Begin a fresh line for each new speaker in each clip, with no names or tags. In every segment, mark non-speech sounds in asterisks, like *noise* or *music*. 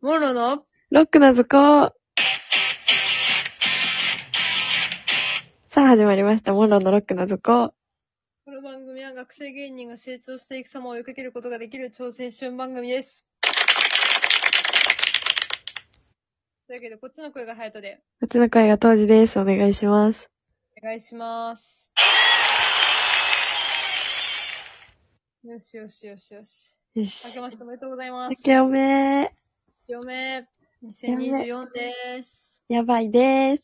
モンローの
ロックな図工。さあ始まりました。モンローのロックな図工。
この番組は学生芸人が成長していく様を追いかけることができる超青春番組です。というわけで、こっちの声がハヤトで、
うちの会が当時です。お願いします。
お願いします。よしよしよしよし。
よ
明
し。
けましておめでとうございま
明
す。
けおめ
嫁、2024です。
やばいでー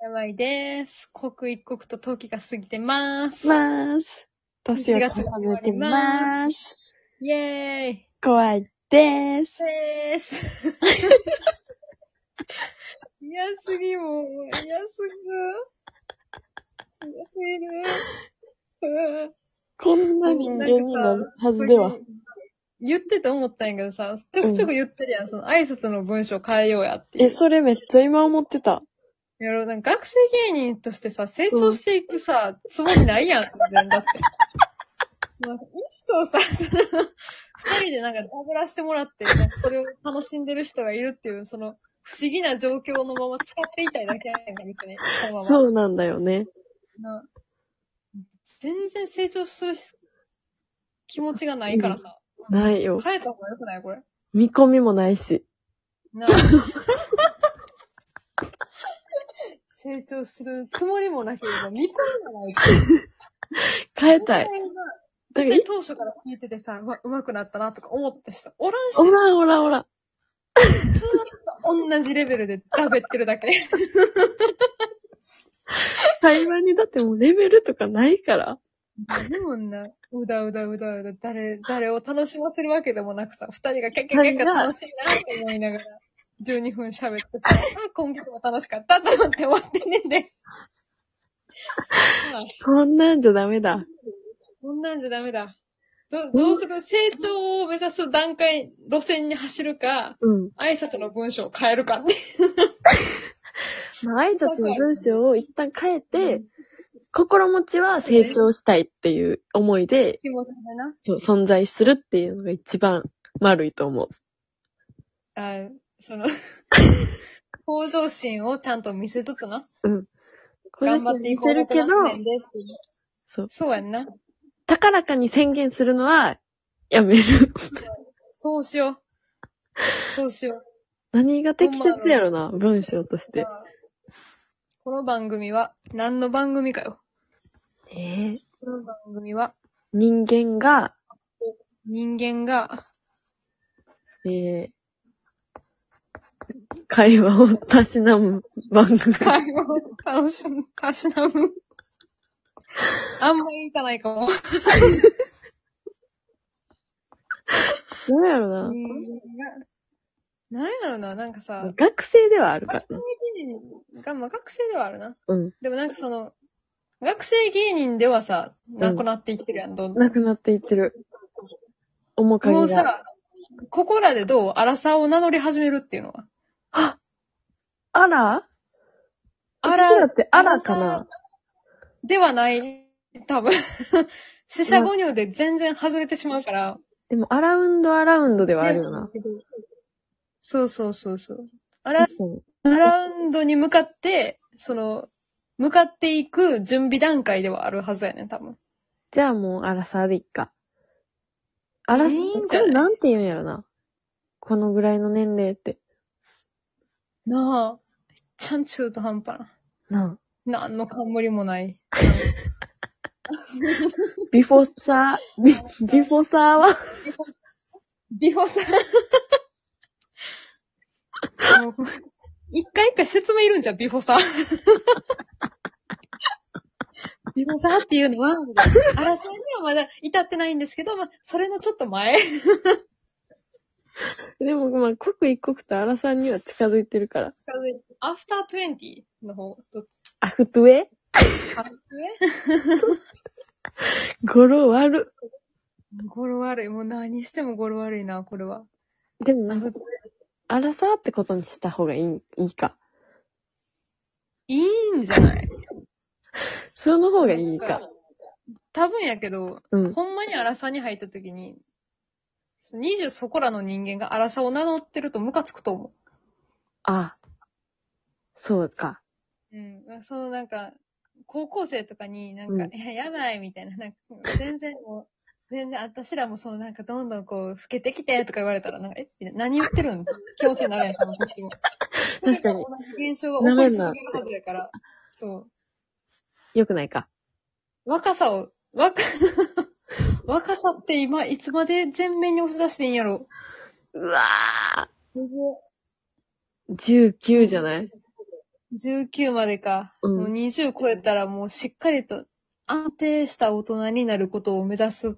やばいです。刻一刻と時が過ぎてます。
す。まーす。年を重ねてまーす。
イェーイ
怖いでーす。
でーす。嫌すぎもう、嫌すぎる。嫌すぎる。
こんな人間になるはずでは。。
言ってて思ったんやけどさ、ちょくちょく言ってるやん、その挨拶の文章変えようやってい
え、
う。
それめっちゃ今思ってた。
やろう、なんか学生芸人としてさ、成長していくさ、つもりないやん、全然だって。 *laughs* まあ、一生さ、その、二人でなんかダブらしてもらって、なんかそれを楽しんでる人がいるっていう、その、不思議な状況のまま使っていたいだけやんか、別に。そのまま
そうなんだよね。
な全然成長するし気持ちがないからさ、
ないよ。
変えた方が良くないこれ。
見込みもないし。
な成長するつもりもなければ、見込みもないから。
変えたい。だから
絶対当初から聞いててさ、うわ、上手くなったなとか思った人、おらんし、
おらおらおら。
ずーっと同じレベルでダベってるだけ。
会話にだってもうレベルとかないから。
何もんな、うだうだうだうだ、誰、誰を楽しませるわけでもなくさ、二人がキャッキャッキャッキャ
はい
楽しいなって思いながら、12分喋ってたら、あ、今月も楽しかったと思って終わってんねんで。まあ
こんなんじゃダメだ。
こんなんじゃダメだ。ど、どうする成長を目指す段階、路線に走るか、
うん。
挨拶の文章を変えるかって。
まあ、挨拶の文章を一旦変えて、心持ちは成長したいっていう思いで、
気持ちだな。
そう存在するっていうのが一番丸いと思う。
あその、向上心をちゃんと見せつつな。頑張っていこう
これ
と
だけ見せるけ
ね
ど
ん、でっていう。
そう
そうやんな。
高らかに宣言するのは、やめる。 *laughs*
そうしよう。そうしよ
何が適切やろな、文章とし
う
て。。
この番組は、何の番組かよ。
えー
この番組は、
人間が、
人間が、
えー会話をたしなむ
*laughs*
番組。
会話を楽しむ、たしなむ。あんまりいかないかも。
どうやろな。
人間がなんやろな、なんかさ、
学生ではあるから
学。生芸人が、まあ、学生ではあるな。
うん。
でもなんかその、学生芸人ではさ、なくなっていってるやん、どんどん。
なくなっていってる。面
もう
影が。
さ、ここらでどう荒さを名乗り始めるっていうのは。
あら
あ
うちだ
ら
ってあらかな
ではない、多分。 *laughs* 死者五入で全然外れてしまうから。
でも、アラウンドアラウンドではあるよな。
そうそうそうそう。アラ
確かに。
アラウンドに向かって、その、向かっていく準備段階ではあるはずやねん、多分。
じゃあもう、アラサーでいっか。アラサ
いいん
ー、
じ
こ
ゃない
れなんて言うんやろな。このぐらいの年齢って。
なあ。ちゃん中途半端な。
な
なんの冠もない。
あ。ビフォーサー、ビ、ビフォーサーは、 *laughs*
ビフォさん。もう一回一回説明いるんじゃん、ビフォさん。ビフォさんっていうのは、みたいな。争いにはまだ至ってないんですけど、まあ、それのちょっと前。
でもまあ、刻一刻とアラサーには近づいてるから。
近づいてアフタートゥエンティの方、どっち
アフトゥエ
あ上
語呂悪。
語呂悪い。もう何しても語呂悪いな、これは。
でもなんか、アラサーってことにした方がいい、いいか。
いいんじゃない
その方がいいか。。
多分やけど、
うん。
ほんまに荒さに入った時に、 20そこらの人間が荒さを名乗ってるとムカつくと思
あ、そうか。
う。うん。そのなんか、高校生とかになんか、
うん
いや、やばいみたいな、なんか、全然もう、全然、私らもそのなんか、どんどんこう、老けてきてとか言われたら、なんか、え、みたいな何言ってるん強制なるやん、多分こっちも。 *laughs*
確かに
同じ現象が起こりすぎるはずやから、そう。
よくないか。
若さを、若、 *laughs* 若さって今、いつまで全面に押し出していいんやろ。
うわ
むず
ー !19 じゃない
19までか。
うん
もう20超えたらもうしっかりと安定した大人になることを目指す。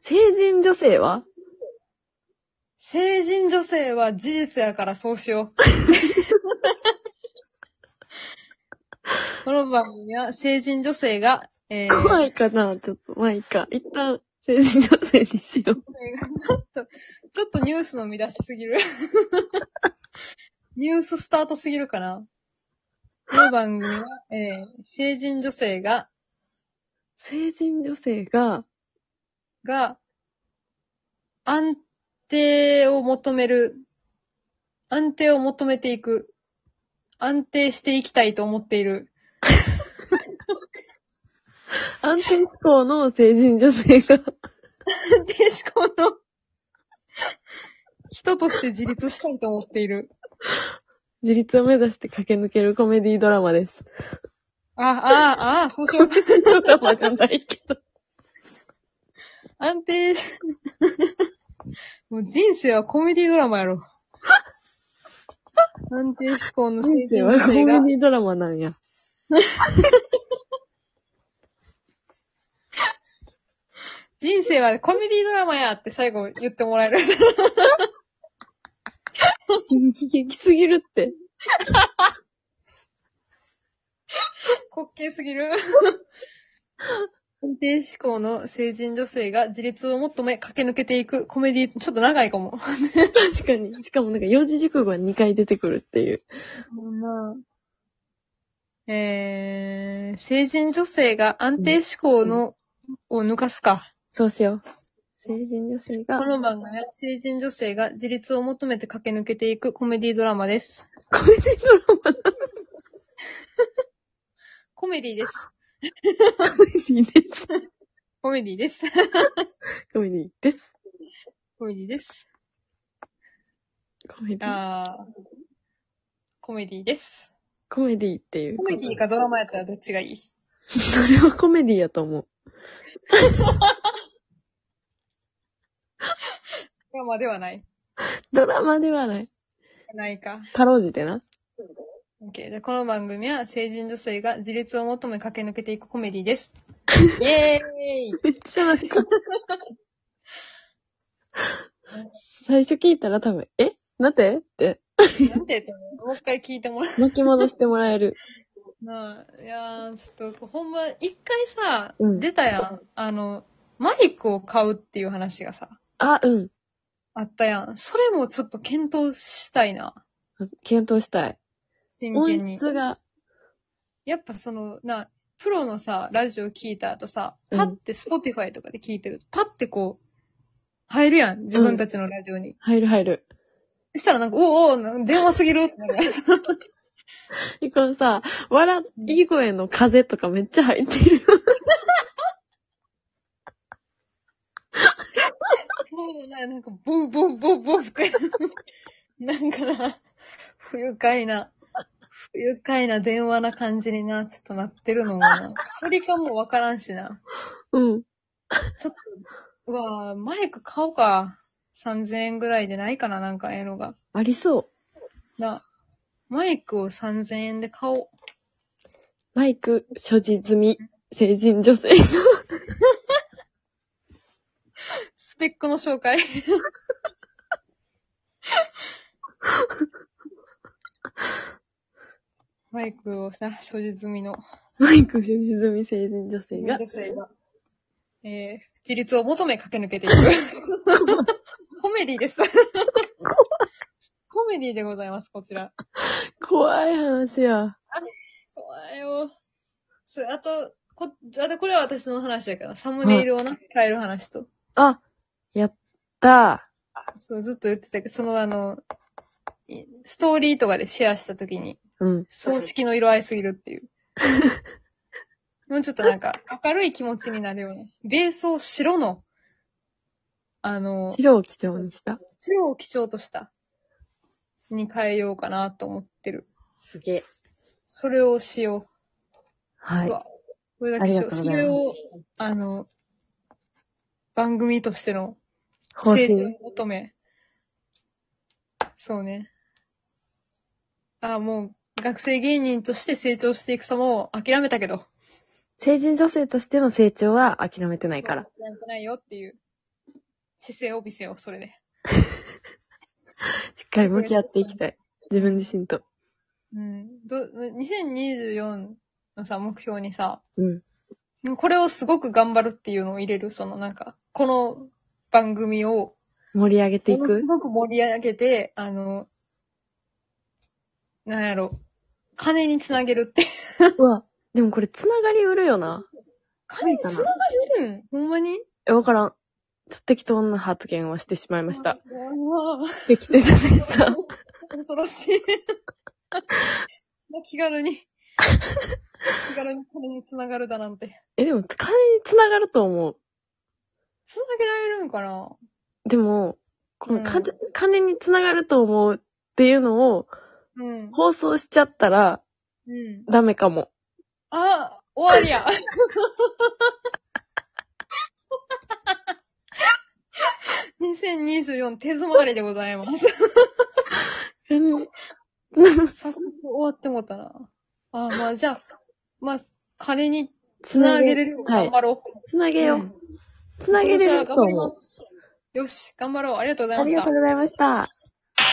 成人女性は
成人女性は事実やからそうしよう。この番組は成人女性が、えー、
怖いかなちょっと、まあいいか。一旦、成人女性にしよう。
ちょっと、ちょっとニュースの見出しすぎる。ニューススタートすぎるかな。この番組は、えー、成人女性が、
成人女性が、
が、安定を求める、安定を求めていく、安定していきたいと思っている。
安定志向の成人女性が、
安定志向の人として自立したいと思っている。
自立を目指して駆け抜けるコメディドラマです。
あ、あ、あ、そうしよう。
ドラマじゃないけど。
安定、もう人生はコメディドラマや
*laughs*
ろ。安定志向の成
人生
人
は
女
コメ
性
デ
が、
ィドラマなんや。
人生はコメディドラマやって最後言ってもらえる。
人気激すぎるって。
滑稽すぎる。 *laughs* 安定志向の成人女性が自立を求め駆け抜けていくコメディ、ちょっと長いかも。
確かに。しかもなんか四字熟語が2回出てくるっていう。
えー、成人女性が安定志向の、を抜かすか。
そうしよう。成人女性が
こ、の番組は成人女性が自立を求めて駆け抜けていくコメディドラマです。
コメディドラマな
コメディです。
コメディです。
コメディです。
*laughs* コメディです。
コメディです。
コメディ。
あーコメディです。
コメディっていう。
コメディかドラマやったらどっちがいい
それはコメディやと思う。
ドラマではない。
ドラマではない。
ないか。
かろうじてな。
OK。じゃあこの番組は成人女性が自立を求め駆け抜けていくコメディ
*laughs*
です。イェーイ
めっちゃなんか。 *laughs* 最初聞いたら多分、え待ってって、
なんて言ったのもう一回聞いてもら
巻き戻してもらえる。
うなあ。いやー、ちょっと、ほんま、一回さ、
うん
出たやん。あの、マイクを買うっていう話がさ、
あ、うん。
あったやん。それもちょっと検討したいな。
検討したい。
真
音
剣に。
質が、
やっぱその、な、プロのさ、ラジオ聞いた後さ、
うん
パって Spotify とかで聞いてると、パってこう、入るやん。自分たちのラジオに。
入る入る。
したらなんか、おうおうなんか電話すぎるってな *laughs* る。
このさ、笑
うん
い声の風とかめっちゃ入ってる。
そうな、なんか、ボンボンボンボンって。なんかな、不愉快な、不愉快な電話な感じにな、ちょっとなってるのもな。振りかもわからんしな。
うん。
ちょっと、うわぁ、マイク買おうか。3000円ぐらいでないかな、なんかええのが。
ありそう。
な、マイクを3000円で買おう。
マイク所持済み、成人女性。 *laughs*
スペックの紹介。マイクをさ、所持済みの
マイク所持済み成人女性が
女、性が、えー、自立を求め駆け抜けていく。コメディです。コメディでございます、こちら。
怖い話や。
怖いよ。そう、あと、こ、あとこれは私の話だから、サムネイルをな、変える話と。
あ、やった
そう、ずっと言ってたけど、そのあの、いストーリーとかでシェアしたときに、
うん。
葬式の色合いすぎるっていう。もうちょっとなんか、明るい気持ちになるような。ベースを白の、あの、
白を基調にした。
白を基調とした、に変えようかなと思ってる。
すげえ。
それをしよう。
は
う
い。
わこれだけしよう。
ありがとう
そ
ございます
れを、あの、番組としての
方
成長を
針。
求め。そうね。あ、もう、学生芸人として成長していく様を諦めたけど。
成人女性としての成長は諦めてないから。
なんとないよっていう姿勢を見せよう、それで。
しっかり向き合っていきたい。自分自身と。
うん。ど、2024のさ、目標にさ、
うん。
これをすごく頑張るっていうのを入れる、そのなんか、この番組を
盛り上げてい
もの
く
す。ごく盛り上げて、あの、なんやろ、金につなげるって。
うわ。でもこれ繋がりうるよな。
金につながれるんほんまに
え、わからん。ちょっと適当な発言をしてしまいました。
うわぁ
適当でした。
*laughs* 恐ろしい。まあ気軽
*laughs*
に。気軽に金につながるだなんて。
え、でも、金に繋がると思う。
つなげられるんかな
でも、このか、
うん
金に繋がると思うっていうのを
うん。
放送しちゃったら
うん。
ダメかも。
あ、終わりや。2024手詰まりでございます。
うん
早速終わってもうたな。あまあじゃあ、まあ、金につなげれるように
はい
頑張ろう。
繋げよ
う。
うん繋げれる
今年は
と
頑張り
思
ま
う。
すよし、頑張ろう。ありがとうござい
あ
まし
り
た
がと。うございました。